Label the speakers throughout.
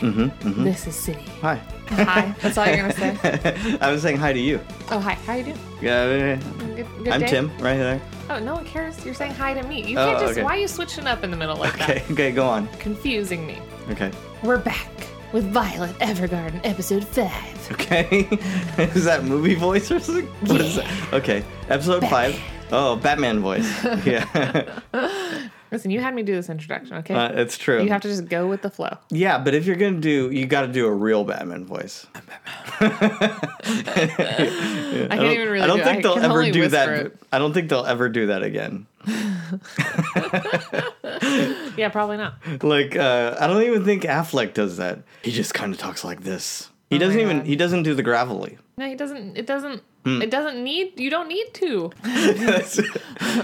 Speaker 1: Mm-hmm,
Speaker 2: Mississippi.
Speaker 1: Hi.
Speaker 2: Hi. That's all you're gonna say.
Speaker 1: I was saying hi to you.
Speaker 2: Oh, hi. How you doing?
Speaker 1: Yeah.
Speaker 2: Good, good
Speaker 1: I'm
Speaker 2: day?
Speaker 1: Tim, right there.
Speaker 2: Oh, no one cares. You're saying hi to me. You
Speaker 1: Oh,
Speaker 2: can't just.
Speaker 1: okay.
Speaker 2: Why are you switching up in the middle like
Speaker 1: Okay,
Speaker 2: that?
Speaker 1: okay, go on.
Speaker 2: Confusing me.
Speaker 1: Okay.
Speaker 2: We're back with Violet Evergarden, episode five.
Speaker 1: Okay. is that movie voice or something? What is
Speaker 2: Yeah.
Speaker 1: that? Okay. Episode five. Oh, Batman voice. yeah.
Speaker 2: Listen, you had me do this introduction, okay?
Speaker 1: Uh, it's true.
Speaker 2: you have to just go with the flow.
Speaker 1: yeah, but if you're going to do, you got to do a real Batman voice.
Speaker 2: I can't
Speaker 1: I don't,
Speaker 2: even really.
Speaker 1: I don't
Speaker 2: do it.
Speaker 1: think they'll
Speaker 2: can
Speaker 1: ever
Speaker 2: only
Speaker 1: do that.
Speaker 2: whisper it.
Speaker 1: I don't think they'll ever do that again.
Speaker 2: Yeah, probably not.
Speaker 1: Like uh, I don't even think Affleck does that. He just kind of talks like this. He doesn't even
Speaker 2: Oh God.
Speaker 1: he doesn't do the gravelly.
Speaker 2: No, he doesn't. It doesn't.
Speaker 1: Hmm.
Speaker 2: It doesn't need. You don't need to.
Speaker 1: that's,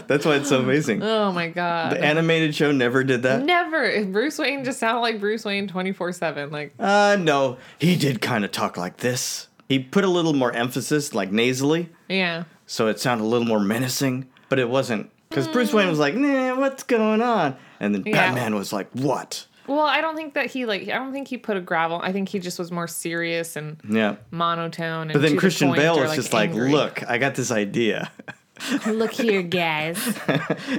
Speaker 1: that's why it's so amazing.
Speaker 2: Oh my god.
Speaker 1: The animated show never did that.
Speaker 2: Never. If Bruce Wayne just sounded like Bruce Wayne twenty four seven, like
Speaker 1: Uh no, he did kind of talk like this. He put a little more emphasis like nasally,
Speaker 2: yeah.
Speaker 1: so it sounded a little more menacing, but it wasn't cuz Bruce Wayne was like, "Nah, what's going on?" And then
Speaker 2: Yeah.
Speaker 1: Batman was like, "What?"
Speaker 2: Well, I don't think that he like. I don't think he put a gravel. I think he just was more serious and
Speaker 1: Yeah.
Speaker 2: monotone. And to
Speaker 1: But then
Speaker 2: the
Speaker 1: Christian
Speaker 2: point
Speaker 1: Bale
Speaker 2: or,
Speaker 1: was just like,
Speaker 2: angry.
Speaker 1: "Look, I got this idea."
Speaker 2: look here, guys."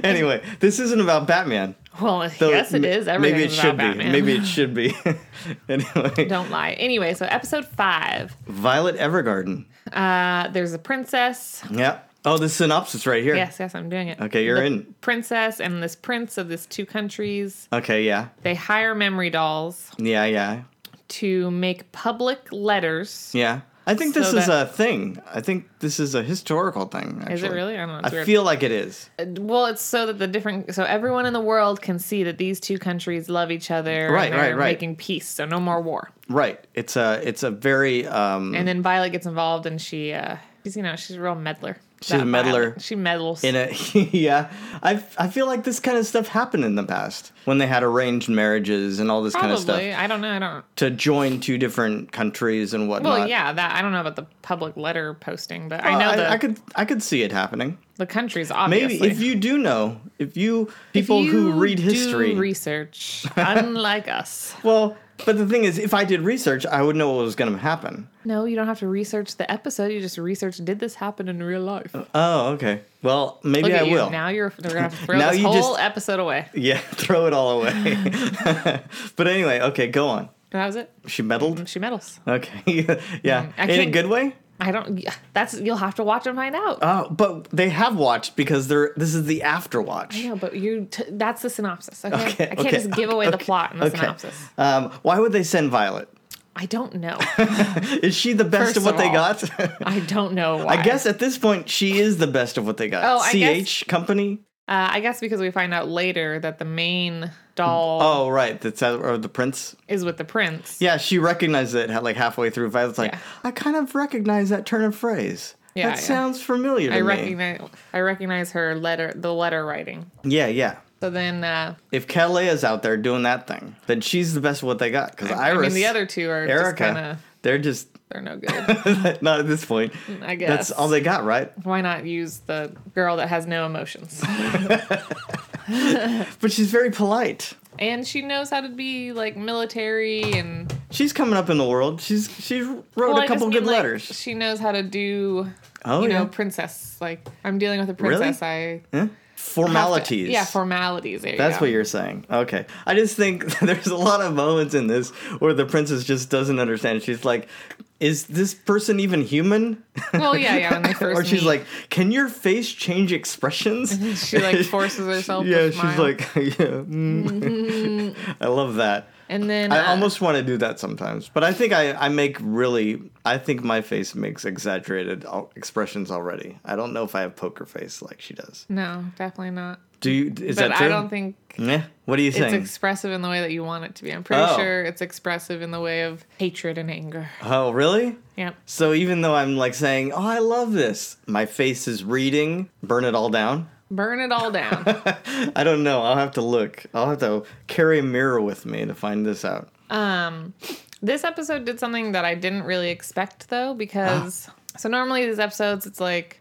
Speaker 1: anyway, this isn't about Batman.
Speaker 2: Well,
Speaker 1: Though
Speaker 2: yes, it
Speaker 1: ma-
Speaker 2: is. Everything
Speaker 1: Maybe it should
Speaker 2: about
Speaker 1: be.
Speaker 2: Batman.
Speaker 1: Maybe it should be. anyway,
Speaker 2: Don't lie. Anyway, so episode five.
Speaker 1: Violet Evergarden.
Speaker 2: Uh, there's a princess.
Speaker 1: Yeah. Oh, the synopsis right here.
Speaker 2: Yes, yes, I'm doing it.
Speaker 1: Okay, you're
Speaker 2: The
Speaker 1: in.
Speaker 2: Princess and this prince of this two countries.
Speaker 1: Okay. Yeah.
Speaker 2: They hire memory dolls
Speaker 1: Yeah. Yeah.
Speaker 2: to make public letters.
Speaker 1: Yeah. I think this
Speaker 2: So
Speaker 1: is
Speaker 2: that-
Speaker 1: a thing. I think this is a historical thing. Actually.
Speaker 2: Is it really? I don't know. It's
Speaker 1: I
Speaker 2: weird.
Speaker 1: feel like it is.
Speaker 2: Well, it's so that the different, so everyone in the world can see that these two countries love each other.
Speaker 1: Right,
Speaker 2: and they're
Speaker 1: right, right.
Speaker 2: Making peace, so no more war.
Speaker 1: Right. It's a. It's a very. Um,
Speaker 2: And then Violet gets involved, and she, uh, she's you know, she's a real meddler.
Speaker 1: She's
Speaker 2: That
Speaker 1: a meddler.
Speaker 2: Violet. She meddles.
Speaker 1: in a yeah, I I feel like this kind of stuff happened in the past when they had arranged marriages and all this
Speaker 2: Probably.
Speaker 1: kind of stuff
Speaker 2: I don't know. I don't.
Speaker 1: to join two different countries and whatnot.
Speaker 2: Well, yeah, that I don't know about the public letter posting, but
Speaker 1: Uh,
Speaker 2: I know the
Speaker 1: I could I could see it happening.
Speaker 2: the countries
Speaker 1: Maybe
Speaker 2: obviously.
Speaker 1: if you do know, if you
Speaker 2: If
Speaker 1: people who
Speaker 2: you
Speaker 1: read
Speaker 2: do
Speaker 1: history,
Speaker 2: research, unlike us.
Speaker 1: well, but the thing is, if I did research, I would know what was going to happen.
Speaker 2: No, you don't have to research the episode. You just research. Did this happen in real life?
Speaker 1: Oh, okay. Well, maybe
Speaker 2: Look
Speaker 1: I
Speaker 2: at you.
Speaker 1: will.
Speaker 2: Now you're they're gonna have to throw
Speaker 1: Now
Speaker 2: this
Speaker 1: you
Speaker 2: whole
Speaker 1: just-
Speaker 2: episode away.
Speaker 1: Yeah, throw it all away. but anyway, okay, go on.
Speaker 2: That was it.
Speaker 1: She meddled.
Speaker 2: She meddles.
Speaker 1: Okay, yeah,
Speaker 2: I
Speaker 1: in a
Speaker 2: can't-
Speaker 1: good way.
Speaker 2: I don't. That's you'll have to watch and find out.
Speaker 1: Uh, but they have watched because they're. This is the after watch.
Speaker 2: no, but you. T- that's the synopsis. Okay,
Speaker 1: Okay,
Speaker 2: I can't
Speaker 1: okay,
Speaker 2: just give away the
Speaker 1: okay,
Speaker 2: plot and the
Speaker 1: okay.
Speaker 2: synopsis.
Speaker 1: Um, why would they send Violet?
Speaker 2: I don't know.
Speaker 1: Is she the best
Speaker 2: First
Speaker 1: of what
Speaker 2: of
Speaker 1: they
Speaker 2: all,
Speaker 1: got?
Speaker 2: I don't know why.
Speaker 1: I guess at this point she is the best of what they got.
Speaker 2: Oh, I guess-
Speaker 1: CH company.
Speaker 2: Uh, I guess because we find out later that the main doll
Speaker 1: Oh, right. That's uh, or the prince.
Speaker 2: is with the prince.
Speaker 1: Yeah, she recognized it ha- like halfway through. Violet's like,
Speaker 2: Yeah.
Speaker 1: I kind of recognize that turn of phrase.
Speaker 2: Yeah,
Speaker 1: that
Speaker 2: yeah.
Speaker 1: sounds familiar to
Speaker 2: I
Speaker 1: me.
Speaker 2: recognize. I recognize her letter. The letter writing.
Speaker 1: Yeah, yeah.
Speaker 2: So then, uh,
Speaker 1: If Calais is out there doing that thing, then she's the best of what they got. Because
Speaker 2: I mean,
Speaker 1: Iris,
Speaker 2: the other two are just
Speaker 1: Erica,
Speaker 2: kind of
Speaker 1: they're just
Speaker 2: they're no good.
Speaker 1: not at this point.
Speaker 2: I guess
Speaker 1: That's all they got, right?
Speaker 2: Why not use the girl that has no emotions?
Speaker 1: But she's very polite.
Speaker 2: and she knows how to be like military and
Speaker 1: She's coming up in the world. She's she wrote
Speaker 2: Well, I
Speaker 1: a
Speaker 2: just
Speaker 1: couple
Speaker 2: mean,
Speaker 1: good
Speaker 2: like,
Speaker 1: letters.
Speaker 2: She knows how to do
Speaker 1: Oh
Speaker 2: you
Speaker 1: yeah,
Speaker 2: know princess. Like I'm dealing with a
Speaker 1: Really?
Speaker 2: princess. I
Speaker 1: Huh? formalities.
Speaker 2: yeah formalities. There you
Speaker 1: That's
Speaker 2: go.
Speaker 1: what you're saying. Okay. I just think there's a lot of moments in this where the princess just doesn't understand. She's like, is this person even human?
Speaker 2: Well, yeah, yeah. When they first
Speaker 1: or she's
Speaker 2: meet.
Speaker 1: like, can your face change expressions?
Speaker 2: She, like, forces herself to
Speaker 1: yeah, she's
Speaker 2: smile.
Speaker 1: like, yeah. mm. I love that.
Speaker 2: and then
Speaker 1: I
Speaker 2: uh,
Speaker 1: almost want to do that sometimes, but I think I, I make really I think my face makes exaggerated al- expressions already. I don't know if I have poker face like she does.
Speaker 2: no, definitely not.
Speaker 1: Do you? Is
Speaker 2: But
Speaker 1: that true?
Speaker 2: I don't think
Speaker 1: Yeah. What do you
Speaker 2: it's
Speaker 1: think?
Speaker 2: expressive in the way that you want it to be. I'm pretty
Speaker 1: Oh.
Speaker 2: sure it's expressive in the way of hatred and anger.
Speaker 1: oh, really?
Speaker 2: Yep.
Speaker 1: So even though I'm like saying, "Oh, I love this," my face is reading, "Burn it all down."
Speaker 2: Burn it all down.
Speaker 1: I don't know. I'll have to look. I'll have to carry a mirror with me to find this out.
Speaker 2: Um, this episode did something that I didn't really expect though, because So normally these episodes, it's like,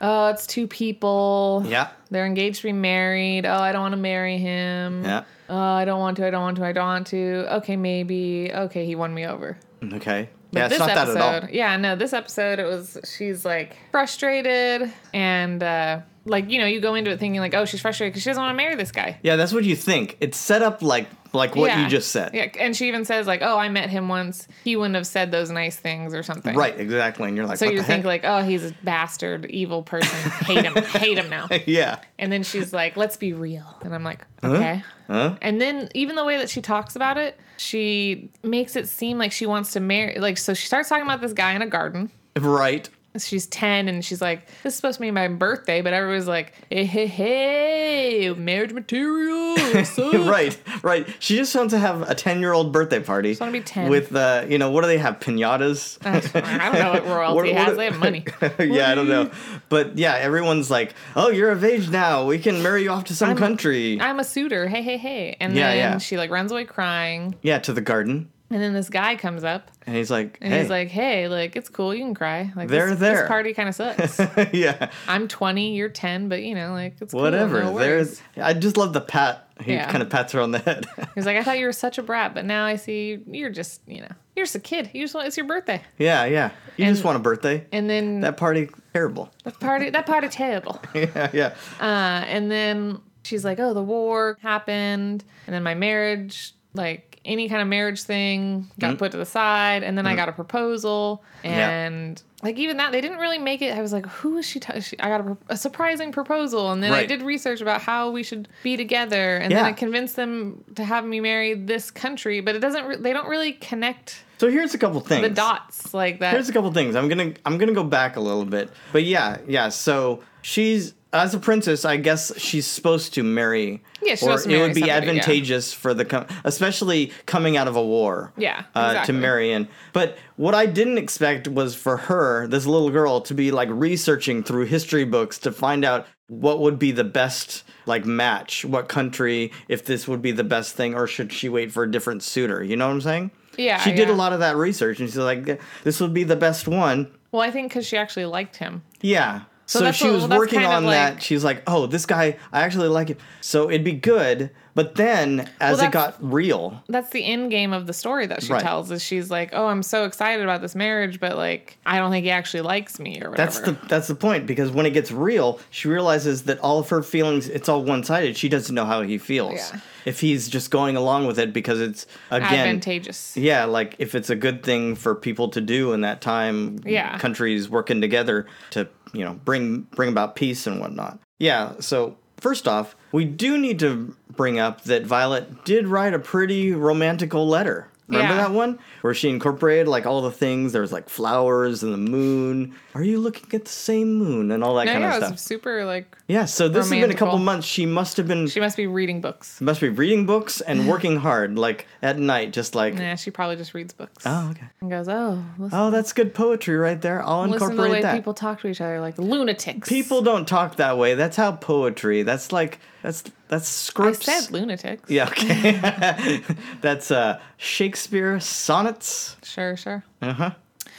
Speaker 2: oh, it's two people.
Speaker 1: Hmm. Yeah.
Speaker 2: They're engaged to be married. Oh, I don't want to marry him.
Speaker 1: Yeah.
Speaker 2: Oh, I don't want to. I don't want to. I don't want to. Okay, maybe. Okay, he won me over.
Speaker 1: Mm, Okay.
Speaker 2: But
Speaker 1: yeah, it's not
Speaker 2: episode,
Speaker 1: that at all.
Speaker 2: Yeah, no, this episode it was she's like frustrated and uh like you know you go into it thinking like oh she's frustrated because she doesn't want to marry this guy.
Speaker 1: Yeah, that's what you think. It's set up like like what
Speaker 2: Yeah.
Speaker 1: you just said.
Speaker 2: Yeah, and she even says like oh I met him once he wouldn't have said those nice things or something.
Speaker 1: Right, exactly. And you're like,
Speaker 2: So
Speaker 1: what
Speaker 2: you
Speaker 1: the
Speaker 2: think like
Speaker 1: heck?
Speaker 2: oh he's a bastard evil person hate him hate him now.
Speaker 1: yeah.
Speaker 2: And then she's like let's be real and I'm like okay.
Speaker 1: Huh?
Speaker 2: And then even the way that she talks about it she makes it seem like she wants to marry like so she starts talking about this guy in a garden.
Speaker 1: Right.
Speaker 2: she's 10 and she's like this is supposed to be my birthday but everyone's like hey hey, hey marriage material so
Speaker 1: Right, right. She just wants to have a ten-year-old birthday party. Just
Speaker 2: wanna be Uh, 10.
Speaker 1: With, uh, you know, what do they have? Pinatas.
Speaker 2: i don't know what royalty
Speaker 1: What- what-
Speaker 2: has they have money
Speaker 1: yeah, I don't know. But yeah, everyone's like, "Oh, you're of age now. We can marry you off to some country."
Speaker 2: i'm a suitor hey hey hey and
Speaker 1: Yeah,
Speaker 2: then
Speaker 1: yeah.
Speaker 2: she like runs away crying
Speaker 1: yeah, to the garden.
Speaker 2: and then this guy comes up
Speaker 1: And he's like,
Speaker 2: and
Speaker 1: "Hey."
Speaker 2: he's like hey like it's cool you can cry like
Speaker 1: They're
Speaker 2: this,
Speaker 1: there.
Speaker 2: this party kind of sucks
Speaker 1: yeah,
Speaker 2: i'm 20 you're 10 but you know like it's cool,
Speaker 1: whatever.
Speaker 2: no
Speaker 1: There's
Speaker 2: worries.
Speaker 1: I just love the pat. He
Speaker 2: Yeah.
Speaker 1: kind of pats her on the head.
Speaker 2: he's like i thought you were such a brat but now i see you're just you know you're just a kid you just want it's your birthday
Speaker 1: yeah, yeah. You just
Speaker 2: And-
Speaker 1: want a birthday.
Speaker 2: and then
Speaker 1: That party terrible.
Speaker 2: that party that party terrible
Speaker 1: yeah, yeah.
Speaker 2: Uh, and then she's like, "Oh, the war happened, and then my marriage, like any kind of marriage thing, got put to the side, and then I got a proposal,
Speaker 1: Mm-hmm. Yeah.
Speaker 2: and like even that, they didn't really make it. I was like, who is she? T- she I got a, pro- a surprising proposal, and then I
Speaker 1: Right.
Speaker 2: did research about how we should be together, and
Speaker 1: Yeah.
Speaker 2: then I convinced them to have me marry this country, but it doesn't. Re- they don't really connect
Speaker 1: So here's a couple things.
Speaker 2: the dots like that.
Speaker 1: Here's a couple things. I'm gonna I'm gonna go back a little bit, but yeah, yeah. So she's as a princess, I guess she's supposed to marry.
Speaker 2: Yeah, she's
Speaker 1: or
Speaker 2: supposed to
Speaker 1: it
Speaker 2: marry
Speaker 1: would be
Speaker 2: somebody, yeah.
Speaker 1: advantageous for the com- especially coming out of a war.
Speaker 2: Yeah,
Speaker 1: uh,
Speaker 2: exactly.
Speaker 1: to marry in. But what I didn't expect was for her, this little girl, to be like researching through history books to find out what would be the best like match, what country, if this would be the best thing, or should she wait for a different suitor? You know what I'm saying?
Speaker 2: Yeah,
Speaker 1: She did a
Speaker 2: yeah.
Speaker 1: lot of that research, and she's like, "This would be the best one."
Speaker 2: well, I think because she actually liked him.
Speaker 1: Yeah. So,
Speaker 2: that's
Speaker 1: she
Speaker 2: what-
Speaker 1: was
Speaker 2: well, that's
Speaker 1: working
Speaker 2: kind of
Speaker 1: on that.
Speaker 2: like-
Speaker 1: She's like, "Oh, this guy, I actually like it." So it'd be good, but then as
Speaker 2: Well, that's-
Speaker 1: it got real,
Speaker 2: that's the end game of the story that she
Speaker 1: Right.
Speaker 2: tells is she's like, "Oh, I'm so excited about this marriage, but like I don't think he actually likes me or whatever."
Speaker 1: that's the that's the point because when it gets real, she realizes that all of her feelings, it's all one-sided. She doesn't know how he feels.
Speaker 2: Yeah.
Speaker 1: If he's just going along with it because it's again
Speaker 2: advantageous.
Speaker 1: Yeah, like if it's a good thing for people to do in that time,
Speaker 2: Yeah.
Speaker 1: countries working together to you know bring bring about peace and whatnot. Yeah. So first off, we do need to bring up that Violet did write a pretty romantical letter. Remember
Speaker 2: Yeah.
Speaker 1: that one where she incorporated like all the things? There was like flowers and the moon. Are you looking at the same moon and all that
Speaker 2: No,
Speaker 1: kind
Speaker 2: yeah,
Speaker 1: of
Speaker 2: it
Speaker 1: stuff?
Speaker 2: was super like
Speaker 1: yeah. So this has been a couple
Speaker 2: romantical.
Speaker 1: months. She must have been
Speaker 2: she must be reading books.
Speaker 1: must be reading books and working hard, like at night, just like.
Speaker 2: Nah, she probably just reads books
Speaker 1: Mm. Oh, okay.
Speaker 2: and goes, "Oh, listen,
Speaker 1: Oh, that's good poetry right there. I'll
Speaker 2: listen to the way
Speaker 1: incorporate that.
Speaker 2: people
Speaker 1: People,
Speaker 2: talk to each other like lunatics."
Speaker 1: don't talk that way. That's how poetry. That's like that's that's
Speaker 2: I
Speaker 1: scripts.
Speaker 2: said lunatics.
Speaker 1: yeah, okay. that's uh Shakespeare sonnets.
Speaker 2: Sure, sure.
Speaker 1: Uh-huh.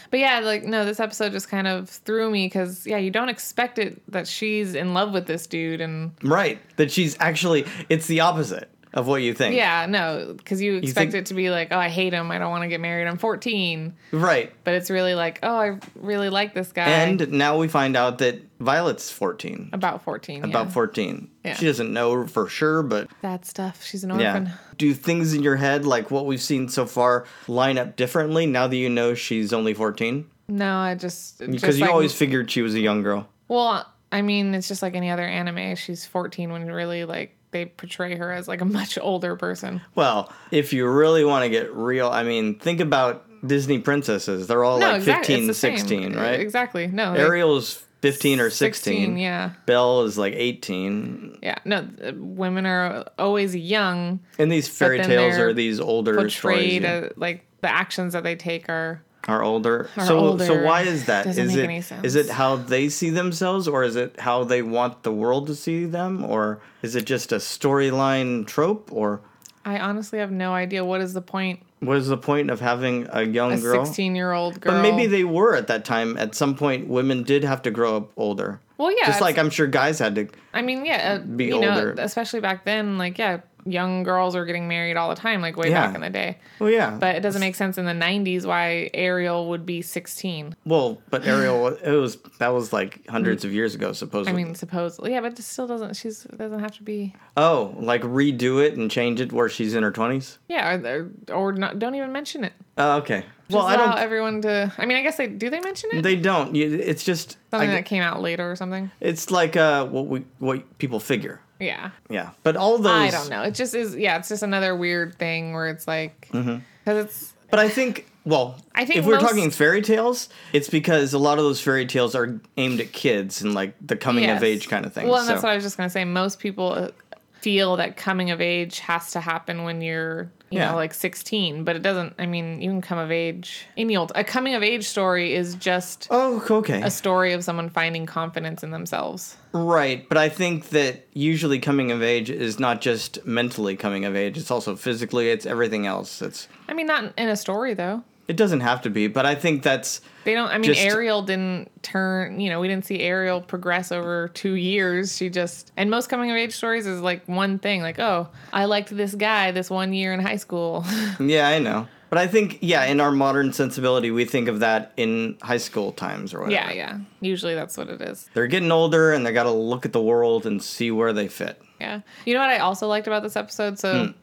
Speaker 2: But yeah, like no, this episode just kind of threw me because yeah, you don't expect it that she's in love with this dude, and
Speaker 1: Right. That she's actually it's the opposite of what you think.
Speaker 2: yeah, no, because you expect
Speaker 1: think-
Speaker 2: it to be like, oh, I hate him, I don't want to get married, I'm 14,
Speaker 1: Right.
Speaker 2: but it's really like, oh, I really like this guy.
Speaker 1: And now we find out that Violet's 14.
Speaker 2: about 14. Um, yeah.
Speaker 1: About 14.
Speaker 2: Yeah.
Speaker 1: She doesn't know for sure, but
Speaker 2: that stuff. She's an
Speaker 1: yeah.
Speaker 2: orphan.
Speaker 1: Do things in your head like what we've seen so far line up differently now that you know she's only 14?
Speaker 2: No, I just
Speaker 1: Because
Speaker 2: just
Speaker 1: you
Speaker 2: like-
Speaker 1: always figured she was a young girl.
Speaker 2: well, I mean, it's just like any other anime. She's 14 when really like they portray her as like a much older person.
Speaker 1: Well, if you really want to get real, I mean, think about Disney princesses. They're all
Speaker 2: No,
Speaker 1: like
Speaker 2: exactly.
Speaker 1: 15,
Speaker 2: it's the
Speaker 1: 16,
Speaker 2: same.
Speaker 1: right?
Speaker 2: Exactly. No, like,
Speaker 1: Ariel's 15 or 16.
Speaker 2: Yeah,
Speaker 1: Belle is like 18.
Speaker 2: yeah. No, th- women are always young.
Speaker 1: And these fairy
Speaker 2: then
Speaker 1: tales
Speaker 2: they're
Speaker 1: are these older stories
Speaker 2: Portrayed
Speaker 1: yeah,
Speaker 2: uh, like the actions that they take are
Speaker 1: are older.
Speaker 2: are
Speaker 1: so so
Speaker 2: older.
Speaker 1: why is that?
Speaker 2: Doesn't
Speaker 1: Is
Speaker 2: make
Speaker 1: it
Speaker 2: any
Speaker 1: is
Speaker 2: sense.
Speaker 1: it how they see themselves or is it how they want the world to see them or is it just a storyline trope or
Speaker 2: I honestly have no idea. What is the point?
Speaker 1: What is the point of having a young
Speaker 2: A
Speaker 1: girl?
Speaker 2: 16 year old girl.
Speaker 1: But maybe they were at that time. At some point, women did have to grow up older.
Speaker 2: Well, yeah.
Speaker 1: Just
Speaker 2: it's-
Speaker 1: like I'm sure guys had to.
Speaker 2: I mean, yeah. uh,
Speaker 1: be
Speaker 2: you
Speaker 1: older.
Speaker 2: Know, especially back then, like, yeah, young girls were getting married all the time, like way
Speaker 1: Yeah.
Speaker 2: back in the day.
Speaker 1: Well, yeah.
Speaker 2: But it doesn't make sense in the 90s why Ariel would be 16.
Speaker 1: well, but Ariel, was- it was that was like hundreds of years ago, supposedly.
Speaker 2: I mean, supposedly. Yeah, but it still doesn't, she's doesn't have to be.
Speaker 1: oh, like redo it and change it where she's in her twenties.
Speaker 2: Yeah, or, or not, don't even mention it.
Speaker 1: Oh, okay.
Speaker 2: Just
Speaker 1: Well, I
Speaker 2: allow
Speaker 1: don't.
Speaker 2: everyone to. I mean, I guess they do. They mention it.
Speaker 1: They don't. You- It's just.
Speaker 2: Something
Speaker 1: I-
Speaker 2: that came out later or something.
Speaker 1: it's like uh, what we what people figure.
Speaker 2: Yeah,
Speaker 1: Yeah, but all those.
Speaker 2: I don't know. It just is. Yeah, it's just another weird thing where it's like because
Speaker 1: Mm-hmm.
Speaker 2: it's
Speaker 1: But I think, well,
Speaker 2: I think
Speaker 1: if we're
Speaker 2: most-
Speaker 1: talking fairy tales, it's because a lot of those fairy tales are aimed at kids and like the coming
Speaker 2: yes.
Speaker 1: of age kind of thing.
Speaker 2: Well, and
Speaker 1: so.
Speaker 2: that's what I was just gonna say. Most people uh, feel that coming of age has to happen when you're you
Speaker 1: Yeah.
Speaker 2: know like 16, but it doesn't. I mean, you can come of age any old. A coming of age story is just
Speaker 1: Oh, okay.
Speaker 2: a story of someone finding confidence in themselves.
Speaker 1: Right. But I think that usually coming of age is not just mentally coming of age, it's also physically, it's everything else. It's
Speaker 2: I mean, not in a story though.
Speaker 1: it doesn't have to be, but I think that's
Speaker 2: They don't. I mean,
Speaker 1: Just-
Speaker 2: Ariel didn't turn. You know, we didn't see Ariel progress over two years. She just and most coming of age stories is like one thing. Like, oh, I liked this guy this one year in high school.
Speaker 1: yeah, I know. But I think yeah, in our modern sensibility, we think of that in high school times or
Speaker 2: yeah,
Speaker 1: whatever.
Speaker 2: yeah. Usually that's what it is.
Speaker 1: They're getting older and they got to look at the world and see where they fit.
Speaker 2: Yeah. You know what I also liked about this episode? So,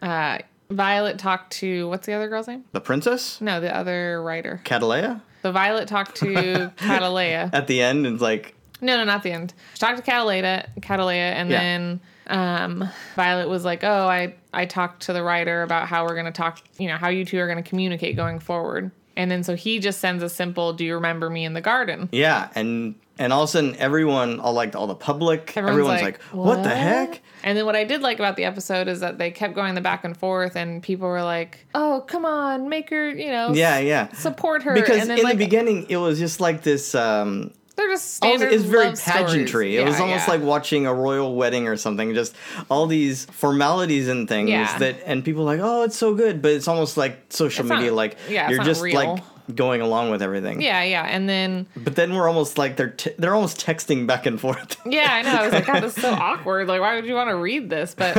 Speaker 2: uh, Violet talked to what's the other girl's name?
Speaker 1: The princess?
Speaker 2: No, the other writer.
Speaker 1: Catalea?
Speaker 2: So Violet talked to Catalea.
Speaker 1: At the end, it's like
Speaker 2: No, no, not the end. She talked to Catalina, Catalina, and
Speaker 1: Yeah.
Speaker 2: then um, Violet was like, "Oh, I I talked to the writer about how we're gonna talk, you know, how you two are gonna communicate going forward." And then so he just sends a simple, "Do you remember me in the garden?"
Speaker 1: Yeah, and and all of a sudden, everyone, all like all the public, everyone's, like, what? the heck?"
Speaker 2: And then what I did like about the episode is that they kept going the back and forth, and people were like, "Oh, come on, make her, you know,
Speaker 1: Yeah, yeah.
Speaker 2: support her."
Speaker 1: Because
Speaker 2: and
Speaker 1: in
Speaker 2: then like
Speaker 1: the beginning, it was just like this. Um,
Speaker 2: they're just
Speaker 1: all-
Speaker 2: standard.
Speaker 1: it's very
Speaker 2: love stories.
Speaker 1: pageantry. It
Speaker 2: Yeah,
Speaker 1: was almost
Speaker 2: yeah.
Speaker 1: like watching a royal wedding or something. Just all these formalities and things
Speaker 2: Yeah.
Speaker 1: that, and people like, "Oh, it's so good," but it's almost like social
Speaker 2: It's
Speaker 1: media.
Speaker 2: not-
Speaker 1: like
Speaker 2: yeah, it's
Speaker 1: you're
Speaker 2: not
Speaker 1: just
Speaker 2: real.
Speaker 1: like going along with everything.
Speaker 2: yeah, yeah, and then.
Speaker 1: But then we're almost like they're t- they're almost texting back and forth.
Speaker 2: Yeah, I know. I was like, God, this is so awkward. Like, why would you want to read this? But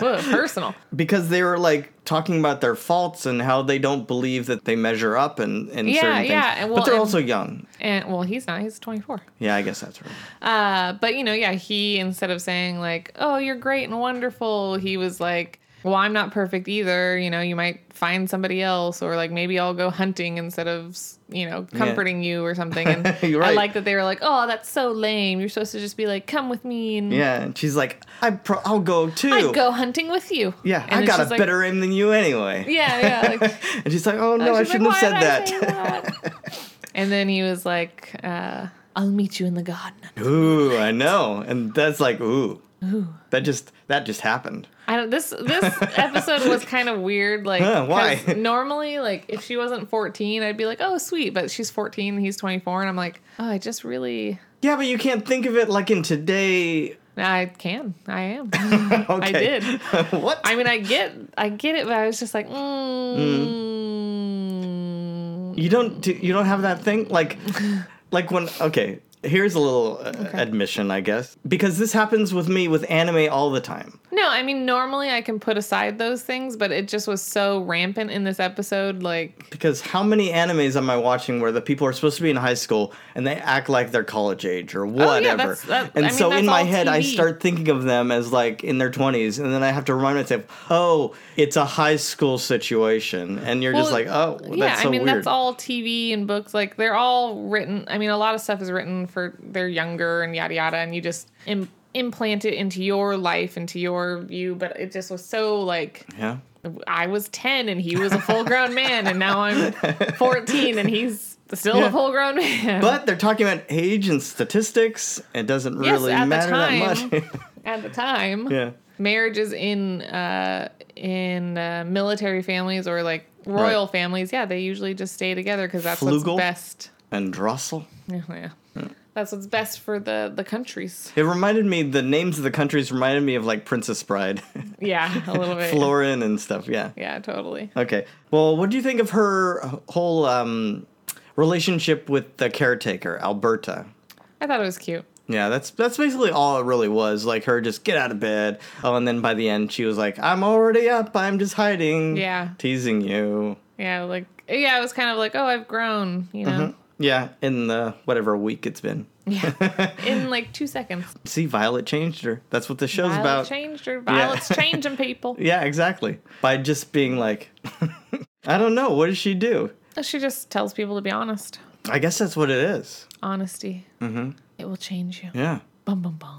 Speaker 2: ugh, personal.
Speaker 1: because they were like talking about their faults and how they don't believe that they measure up and and
Speaker 2: Yeah,
Speaker 1: certain things.
Speaker 2: yeah, and
Speaker 1: but
Speaker 2: well,
Speaker 1: they're
Speaker 2: and-
Speaker 1: also young.
Speaker 2: And well, he's not. He's 24.
Speaker 1: Yeah, I guess that's right.
Speaker 2: Uh, but you know, yeah, he instead of saying like, "Oh, you're great and wonderful," he was like, "Well, I'm not perfect either. You know, you might find somebody else, or like maybe I'll go hunting instead of you know comforting you or something." And
Speaker 1: You're
Speaker 2: I
Speaker 1: right.
Speaker 2: like that they were like, "Oh, that's so lame. You're supposed to just be like, come with me and
Speaker 1: Yeah, and she's like, I pro- I'll go too.
Speaker 2: I'd go hunting with you."
Speaker 1: Yeah,
Speaker 2: and
Speaker 1: I
Speaker 2: then
Speaker 1: got a
Speaker 2: she's like-
Speaker 1: better aim than you anyway.
Speaker 2: Yeah, yeah. Like,
Speaker 1: And she's like, Oh no, I
Speaker 2: She's
Speaker 1: shouldn't
Speaker 2: like,
Speaker 1: have
Speaker 2: "Why
Speaker 1: said
Speaker 2: did I
Speaker 1: that.
Speaker 2: say that?" and then he was like, uh, "I'll meet you in the garden."
Speaker 1: ooh, I know. And that's like, ooh. That just that just happened.
Speaker 2: I don't. This this episode was kind of weird. Like,
Speaker 1: Huh, why?
Speaker 2: 'cause Normally, like if she wasn't fourteen, I'd be like, "Oh, sweet," but she's fourteen, he's twenty four, and I'm like, "Oh, I just really."
Speaker 1: Yeah, but you can't think of it like in today.
Speaker 2: I can. I am.
Speaker 1: okay.
Speaker 2: did.
Speaker 1: what?
Speaker 2: I mean, I get, I get it, but I was just like, mm,
Speaker 1: You don't do, you don't have that thing like like when okay here's a little uh, admission I guess because this happens with me with anime all the time.
Speaker 2: no. I mean, normally I can put aside those things, but it just was so rampant in this episode. Like,
Speaker 1: Because how many animes am I watching where the people are supposed to be in high school and they act like they're college age or whatever?
Speaker 2: Oh, that's- that-
Speaker 1: and
Speaker 2: I mean,
Speaker 1: so
Speaker 2: that's
Speaker 1: in my
Speaker 2: all
Speaker 1: head, I
Speaker 2: TV.
Speaker 1: start thinking of them as like in their 20s, and then I have to remind myself, oh, it's a high school situation. And you're
Speaker 2: Well,
Speaker 1: just like, oh, that's
Speaker 2: yeah,
Speaker 1: so
Speaker 2: I mean
Speaker 1: weird.
Speaker 2: that's all TV and books. Like they're all written. I mean, a lot of stuff is written for they're younger and yada yada, and you just Im- implant it into your life, into your view. But it just was so like
Speaker 1: yeah.
Speaker 2: I was ten and he was a full grown man, and now I'm fourteen and he's still
Speaker 1: Yeah.
Speaker 2: a full grown man.
Speaker 1: But they're talking about age and statistics. It doesn't
Speaker 2: Yes,
Speaker 1: really
Speaker 2: at the
Speaker 1: matter that
Speaker 2: time.
Speaker 1: much.
Speaker 2: at the time,
Speaker 1: yeah.
Speaker 2: marriages in uh, in uh, military families or like royal families, yeah, they usually just stay together because that's
Speaker 1: Flugel?
Speaker 2: what's best.
Speaker 1: And Drossel.
Speaker 2: Yeah. yeah. That's what's best for the the countries.
Speaker 1: It reminded me the names of the countries reminded me of like Princess Bride,
Speaker 2: Yeah, a little bit.
Speaker 1: Florin and stuff. Yeah.
Speaker 2: Yeah, totally.
Speaker 1: Okay. Well, what do you think of her whole um, relationship with the caretaker, Alberta?
Speaker 2: I thought it was cute.
Speaker 1: Yeah, that's that's basically all it really was. Like her just get out of bed. Oh, and then by the end she was like, "I'm already up. I'm just hiding."
Speaker 2: Yeah.
Speaker 1: Teasing you.
Speaker 2: Yeah, like yeah, it was kind of like, oh, I've grown, you know,
Speaker 1: Yeah, in the whatever week it's been. Uh-huh.
Speaker 2: in like two seconds.
Speaker 1: See, Violet changed her. That's what the show's
Speaker 2: Violet
Speaker 1: about.
Speaker 2: changed or Violet's changing people.
Speaker 1: Yeah, exactly. By just being like, I don't know, what does she do?
Speaker 2: She just tells people to be honest.
Speaker 1: I guess that's what it is.
Speaker 2: Honesty. Mm-hmm. It will change you.
Speaker 1: Yeah.
Speaker 2: Bum bum bum.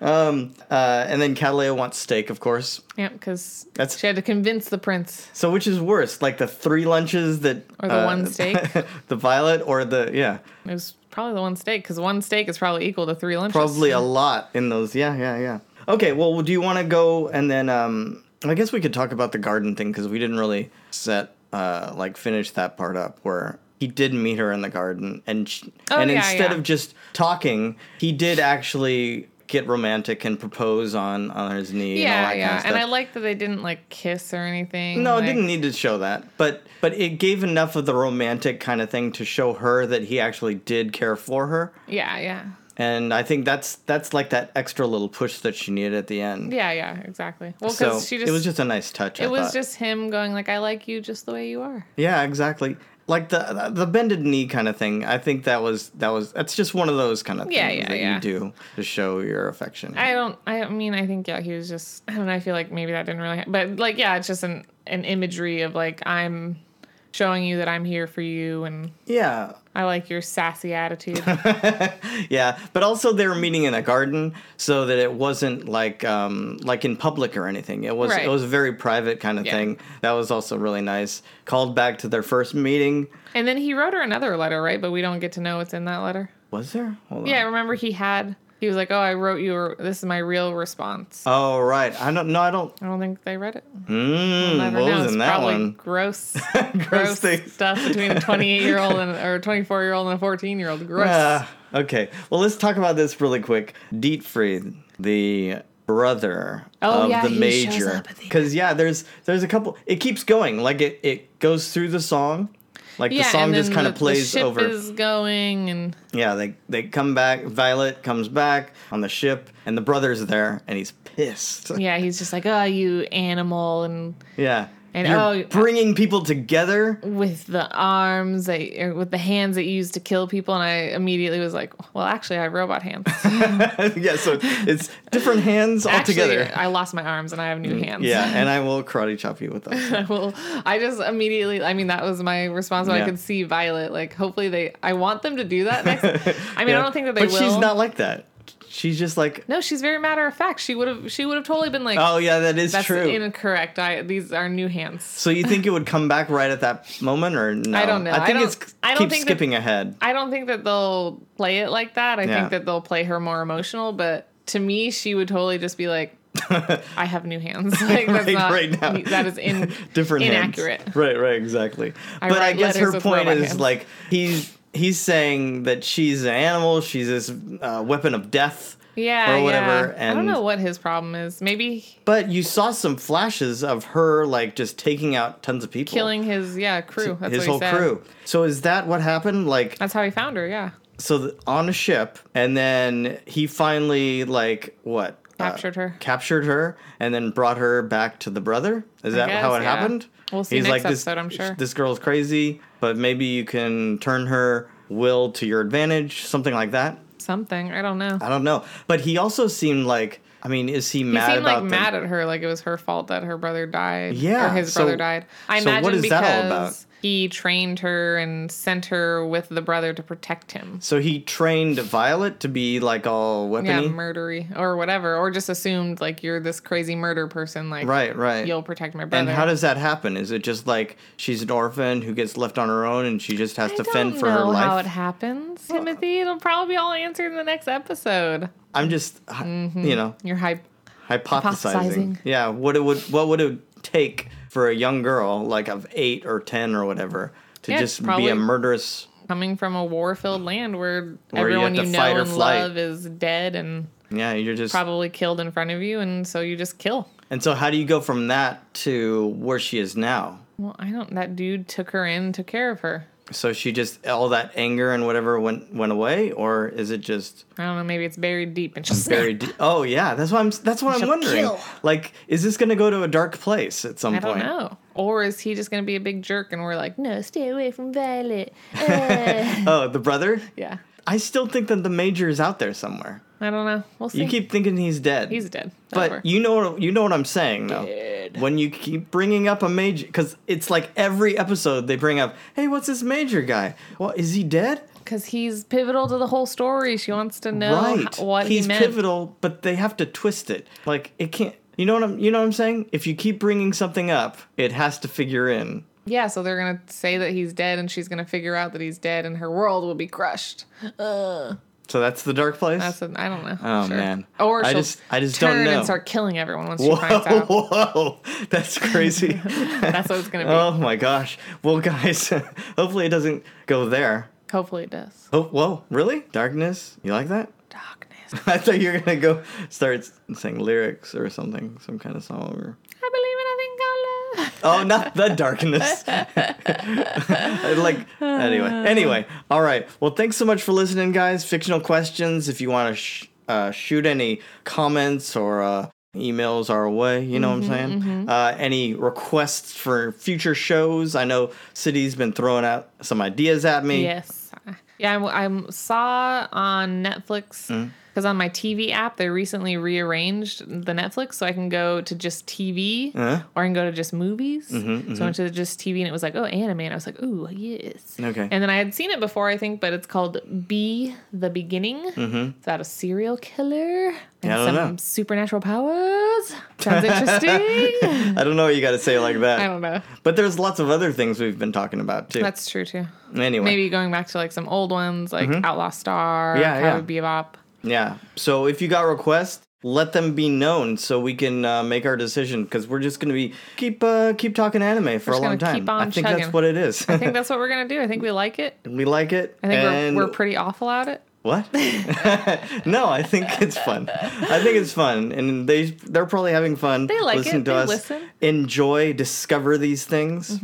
Speaker 1: Uh, and then Cataleo wants steak, of course.
Speaker 2: yeah, because
Speaker 1: That's-
Speaker 2: she had to convince the prince.
Speaker 1: So which is worse, like the three lunches that, uh,
Speaker 2: Or the one steak.
Speaker 1: the Violet, or the yeah,
Speaker 2: It was probably the one steak because one steak is probably equal to three lunches.
Speaker 1: probably a lot in those. Yeah, yeah, yeah. Okay, well, do you want to go and then? Um, I guess we could talk about the garden thing because we didn't really set uh, like finish that part up where he did meet her in the garden and sh
Speaker 2: Oh,
Speaker 1: and
Speaker 2: yeah,
Speaker 1: instead
Speaker 2: yeah.
Speaker 1: of just talking, he did actually get romantic and propose on on his knee. and all
Speaker 2: Yeah,
Speaker 1: that
Speaker 2: yeah.
Speaker 1: kind of stuff.
Speaker 2: and I like that they didn't like kiss or anything.
Speaker 1: No,
Speaker 2: like,
Speaker 1: it didn't need to show that, but but it gave enough of the romantic kind of thing to show her that he actually did care for her,
Speaker 2: Yeah, yeah.
Speaker 1: and I think that's that's like that extra little push that she needed at the end.
Speaker 2: Yeah, yeah, exactly. Well,
Speaker 1: so
Speaker 2: because she just
Speaker 1: it was just a nice touch. I
Speaker 2: it was
Speaker 1: thought.
Speaker 2: just him going like, "I like you just the way you are."
Speaker 1: yeah, exactly. Like the the bended knee kind of thing. I think that was that was that's just one of those kind of
Speaker 2: Yeah,
Speaker 1: things
Speaker 2: yeah,
Speaker 1: that
Speaker 2: yeah.
Speaker 1: you do to show your affection.
Speaker 2: I don't. I mean, I think yeah, he was just. I don't know. I feel like maybe that didn't really. Ha- but like, yeah, it's just an an imagery of like I'm showing you that I'm here for you, and
Speaker 1: yeah,
Speaker 2: I like your sassy attitude.
Speaker 1: yeah, but also they were meeting in a garden, so that it wasn't like um, like in public or anything. It was
Speaker 2: Right.
Speaker 1: it was a very private kind of
Speaker 2: Yeah.
Speaker 1: thing. That was also really nice. Called back to their first meeting.
Speaker 2: and then he wrote her another letter, right? But we don't get to know what's in that letter.
Speaker 1: Was there? Hold on.
Speaker 2: Yeah, remember he had. He was like, "Oh, I wrote you. A, this is my real response."
Speaker 1: Oh right. I don't. No, I don't.
Speaker 2: I don't think they read it.
Speaker 1: Mm,
Speaker 2: Never
Speaker 1: what
Speaker 2: know.
Speaker 1: was
Speaker 2: It's
Speaker 1: in that
Speaker 2: probably
Speaker 1: one?
Speaker 2: gross,
Speaker 1: Gross
Speaker 2: gross,
Speaker 1: things.
Speaker 2: stuff between a 28 year old and or 24 year old and a 14 year old. Gross.
Speaker 1: Ah, okay. Well, let's talk about this really quick. Dietfried, the brother
Speaker 2: Oh,
Speaker 1: of
Speaker 2: yeah,
Speaker 1: the
Speaker 2: he shows
Speaker 1: major,
Speaker 2: up at the
Speaker 1: because yeah, there's there's a couple. It keeps going. Like it it goes through the song. Like the song just
Speaker 2: then
Speaker 1: kind
Speaker 2: the-
Speaker 1: of plays
Speaker 2: the ship
Speaker 1: over.
Speaker 2: is going and
Speaker 1: Yeah, they they come back. Violet comes back on the ship, and the brother's there, and he's pissed.
Speaker 2: yeah, he's just like, "Oh, you animal!" and
Speaker 1: Yeah,
Speaker 2: And,
Speaker 1: You're
Speaker 2: oh,
Speaker 1: bringing people together.
Speaker 2: with the arms that or with the hands that you use to kill people, and I immediately was like, "Well, actually, I have robot hands.
Speaker 1: yeah, so it's different hands
Speaker 2: actually,
Speaker 1: altogether.
Speaker 2: I lost my arms and I have new hands."
Speaker 1: Mm, Yeah, and I will karate chop you with those.
Speaker 2: well, I just immediately, I mean, that was my response when
Speaker 1: Yeah.
Speaker 2: I could see Violet. Like, hopefully, they, I want them to do that next. I mean, I don't think that they
Speaker 1: but
Speaker 2: will.
Speaker 1: she's not like that. She's just like,
Speaker 2: No, she's very matter of fact. She would have, she would have totally been like,
Speaker 1: oh yeah, that is
Speaker 2: that's
Speaker 1: true.
Speaker 2: incorrect. I, these are new hands.
Speaker 1: so you think it would come back right at that moment, or no?
Speaker 2: I don't know.
Speaker 1: I
Speaker 2: I
Speaker 1: think
Speaker 2: don't-
Speaker 1: it's
Speaker 2: I don't
Speaker 1: keep
Speaker 2: think that-
Speaker 1: skipping ahead.
Speaker 2: I don't think that they'll play it like that. I
Speaker 1: Yeah.
Speaker 2: think that they'll play her more emotional, but to me, she would totally just be like, I have new hands. Like, that's
Speaker 1: Right-
Speaker 2: not,
Speaker 1: right now.
Speaker 2: That is in,
Speaker 1: different
Speaker 2: inaccurate.
Speaker 1: hands. Right, right, exactly.
Speaker 2: I
Speaker 1: but I
Speaker 2: write
Speaker 1: guess
Speaker 2: letters
Speaker 1: her
Speaker 2: with
Speaker 1: point
Speaker 2: robot
Speaker 1: is
Speaker 2: hands.
Speaker 1: like he's he's saying that she's an animal, she's this uh, weapon of death.
Speaker 2: Yeah.
Speaker 1: Or whatever,
Speaker 2: Yeah. I
Speaker 1: and-
Speaker 2: don't know what his problem is. Maybe
Speaker 1: But you saw some flashes of her like just taking out tons of people,
Speaker 2: killing his, yeah, crew. That's
Speaker 1: his
Speaker 2: what
Speaker 1: whole
Speaker 2: he said.
Speaker 1: crew. So is that what happened? Like
Speaker 2: That's how he found her. Yeah.
Speaker 1: so th- on a ship, and then he finally like what uh,
Speaker 2: Captured her.
Speaker 1: captured her, and then brought her back to the brother. Is that how
Speaker 2: guess,
Speaker 1: it
Speaker 2: yeah.
Speaker 1: happened?
Speaker 2: We'll see
Speaker 1: He's
Speaker 2: next
Speaker 1: like, this,
Speaker 2: episode, I'm sure.
Speaker 1: This girl's crazy, but maybe you can turn her will to your advantage, something like that.
Speaker 2: Something. I don't know.
Speaker 1: I don't know, but he also seemed like. I mean, is he
Speaker 2: He
Speaker 1: mad
Speaker 2: seemed
Speaker 1: about
Speaker 2: like
Speaker 1: the-
Speaker 2: mad at her, like it was her fault that her brother died.
Speaker 1: Yeah,
Speaker 2: or his
Speaker 1: so-
Speaker 2: brother died. I
Speaker 1: so what
Speaker 2: imagine
Speaker 1: is
Speaker 2: because
Speaker 1: that all about?
Speaker 2: he trained her and sent her with the brother to protect him.
Speaker 1: So he trained Violet to be like all
Speaker 2: Yeah,
Speaker 1: weapony.
Speaker 2: murdery or whatever, or just assumed like you're this crazy murder person. Like
Speaker 1: right, right.
Speaker 2: you'll protect my brother.
Speaker 1: and how does that happen? Is it just like she's an orphan who gets left on her own and she just has
Speaker 2: I
Speaker 1: to
Speaker 2: don't
Speaker 1: fend for
Speaker 2: know
Speaker 1: her life?
Speaker 2: how it happens, Timothy? It'll probably be all answered in the next episode.
Speaker 1: I'm just, hy- you know,
Speaker 2: You're hype.
Speaker 1: hypothesizing.
Speaker 2: Mm-hmm. Hypothesizing.
Speaker 1: Yeah, what it would what would it take for a young girl like of eight or ten or whatever to
Speaker 2: Yeah,
Speaker 1: just be
Speaker 2: probably-
Speaker 1: a murderous
Speaker 2: coming from a war-filled land where,
Speaker 1: Where you
Speaker 2: everyone
Speaker 1: have
Speaker 2: you, know
Speaker 1: to fight or
Speaker 2: and
Speaker 1: flight.
Speaker 2: love is dead and
Speaker 1: Yeah, you're just.
Speaker 2: probably killed in front of you, and so you just kill.
Speaker 1: And so, how do you go from that to where she is now?
Speaker 2: Well, I don't. That dude took her in, took care of her.
Speaker 1: So she just all that anger and whatever went went away, or is it just
Speaker 2: I don't know. Maybe it's buried deep and she's
Speaker 1: very? De- oh yeah, that's what I'm. That's what I'm
Speaker 2: shall
Speaker 1: wondering.
Speaker 2: kill.
Speaker 1: Like, is this going to go to a dark place at some
Speaker 2: I don't
Speaker 1: point?
Speaker 2: know. Or is he just going to be a big jerk and we're like, no, stay away from Violet. Uh.
Speaker 1: Oh, the brother.
Speaker 2: yeah.
Speaker 1: I still think that the major is out there somewhere.
Speaker 2: I don't know. We'll see.
Speaker 1: You keep thinking he's dead.
Speaker 2: He's dead.
Speaker 1: But
Speaker 2: Whatever.
Speaker 1: you know, you know what I'm saying, though.
Speaker 2: Dead.
Speaker 1: When you keep bringing up a major, because it's like every episode they bring up, "Hey, what's this major guy? Well, is he dead?
Speaker 2: Because he's pivotal to the whole story. She wants to know
Speaker 1: right?
Speaker 2: h- what
Speaker 1: He's
Speaker 2: he meant.
Speaker 1: pivotal, but they have to twist it. Like it can't. You know what I'm? You know what I'm saying? If you keep bringing something up, it has to figure in.
Speaker 2: Yeah, so they're going to say that he's dead and she's going to figure out that he's dead and her world will be crushed. Ugh.
Speaker 1: So that's the dark place.
Speaker 2: That's an, I don't know.
Speaker 1: Oh, man.
Speaker 2: Or
Speaker 1: I
Speaker 2: she'll
Speaker 1: just- I just
Speaker 2: turn
Speaker 1: don't know.
Speaker 2: and start killing everyone once she
Speaker 1: whoa,
Speaker 2: finds out.
Speaker 1: whoa, that's crazy.
Speaker 2: That's what it's going to be.
Speaker 1: oh my gosh. Well, guys, hopefully it doesn't go there.
Speaker 2: Hopefully it does.
Speaker 1: Oh, whoa, really? Darkness? You like that?
Speaker 2: Darkness.
Speaker 1: I thought you were gonna go start saying lyrics or something, some kind of song. Or...
Speaker 2: I believe in a thing called love.
Speaker 1: Oh, not the darkness. I like anyway. Anyway, all right. Well, thanks so much for listening, guys. Fictional questions. If you want to sh- uh, shoot any comments or uh, emails our way, you know
Speaker 2: Mm-hmm,
Speaker 1: what I'm saying. Uh, any requests for future shows? I know City's been throwing out some ideas at me.
Speaker 2: Yes. Yeah, I, I saw on Netflix
Speaker 1: Mm.
Speaker 2: because on my TV app they recently rearranged the Netflix so I can go to just TV
Speaker 1: Uh-huh.
Speaker 2: or I can go to just movies.
Speaker 1: Mm-hmm,
Speaker 2: So I went to just TV and it was like, oh, anime, and I was like, ooh, yes.
Speaker 1: Okay.
Speaker 2: And then I had seen it before, I think, but it's called Be the Beginning. It's about a serial killer and
Speaker 1: Mm-hmm. Yeah, I don't
Speaker 2: some
Speaker 1: know.
Speaker 2: supernatural powers. Sounds interesting.
Speaker 1: I don't know what you got to say like that.
Speaker 2: I don't know.
Speaker 1: But there's lots of other things we've been talking about too.
Speaker 2: That's true too.
Speaker 1: anyway,
Speaker 2: Maybe going back to like some old ones like Outlaw Star,
Speaker 1: Mm-hmm. Yeah,
Speaker 2: Cowboy Bebop.
Speaker 1: yeah. So if you got requests, let them be known so we can uh, make our decision because we're just gonna be keep uh, keep talking anime for a
Speaker 2: just
Speaker 1: long
Speaker 2: gonna
Speaker 1: time.
Speaker 2: keep on
Speaker 1: I think that's
Speaker 2: chugging.
Speaker 1: what it is.
Speaker 2: I think that's what we're gonna do. I think we like it.
Speaker 1: we like it.
Speaker 2: I think
Speaker 1: and
Speaker 2: we're, we're pretty awful at it.
Speaker 1: what? no, I think it's fun. I think it's fun, and they they're probably having fun.
Speaker 2: They like
Speaker 1: listening
Speaker 2: it.
Speaker 1: To
Speaker 2: They
Speaker 1: us
Speaker 2: listen. Mm-hmm.
Speaker 1: enjoy, discover these things.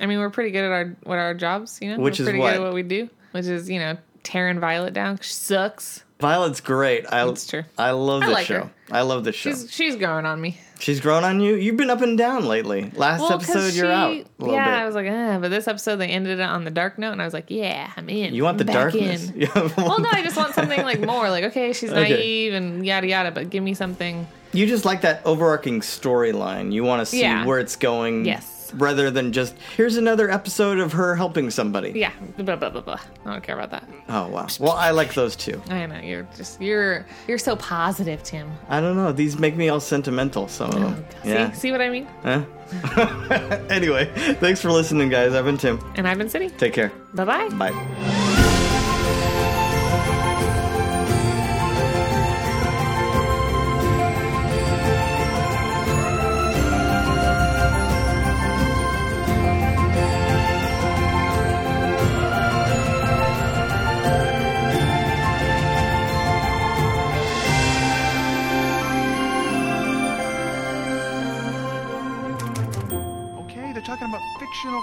Speaker 2: I mean, we're pretty good at our what our jobs, you know.
Speaker 1: Which
Speaker 2: we're
Speaker 1: is
Speaker 2: pretty
Speaker 1: what?
Speaker 2: good at what we do, which is you know tearing Violet down. She sucks.
Speaker 1: Violet's great. I
Speaker 2: That's true.
Speaker 1: I love
Speaker 2: I
Speaker 1: the
Speaker 2: like
Speaker 1: show.
Speaker 2: her.
Speaker 1: I love the show.
Speaker 2: She's she's growing on me.
Speaker 1: She's grown on you. You've been up and down lately. Last
Speaker 2: Well, 'cause
Speaker 1: episode, you're
Speaker 2: she-
Speaker 1: out. A little
Speaker 2: yeah, I
Speaker 1: bit.
Speaker 2: was like, eh, but this episode they ended it on the dark note, and I was like, yeah, I'm in.
Speaker 1: You want the
Speaker 2: I'm back
Speaker 1: darkness.
Speaker 2: in.
Speaker 1: Yeah,
Speaker 2: Well, no, I just want something like more. Like, okay, she's
Speaker 1: Okay.
Speaker 2: naive and yada yada, but give me something.
Speaker 1: you just like that overarching storyline. You want to see
Speaker 2: Yeah.
Speaker 1: where it's going.
Speaker 2: Yes.
Speaker 1: Rather than just here's another episode of her helping somebody.
Speaker 2: Yeah, blah blah blah blah. I don't care about that.
Speaker 1: Oh wow. Well, I like those too.
Speaker 2: I know you're just you're you're so positive, Tim.
Speaker 1: I don't know. These make me all sentimental. Some of them.
Speaker 2: See,
Speaker 1: yeah.
Speaker 2: Oh, see what I mean?
Speaker 1: Huh? anyway, thanks for listening, guys. I've been Tim.
Speaker 2: And I've been City.
Speaker 1: Take care.
Speaker 2: Bye bye.
Speaker 1: Bye.
Speaker 3: Okay, they're talking about fictional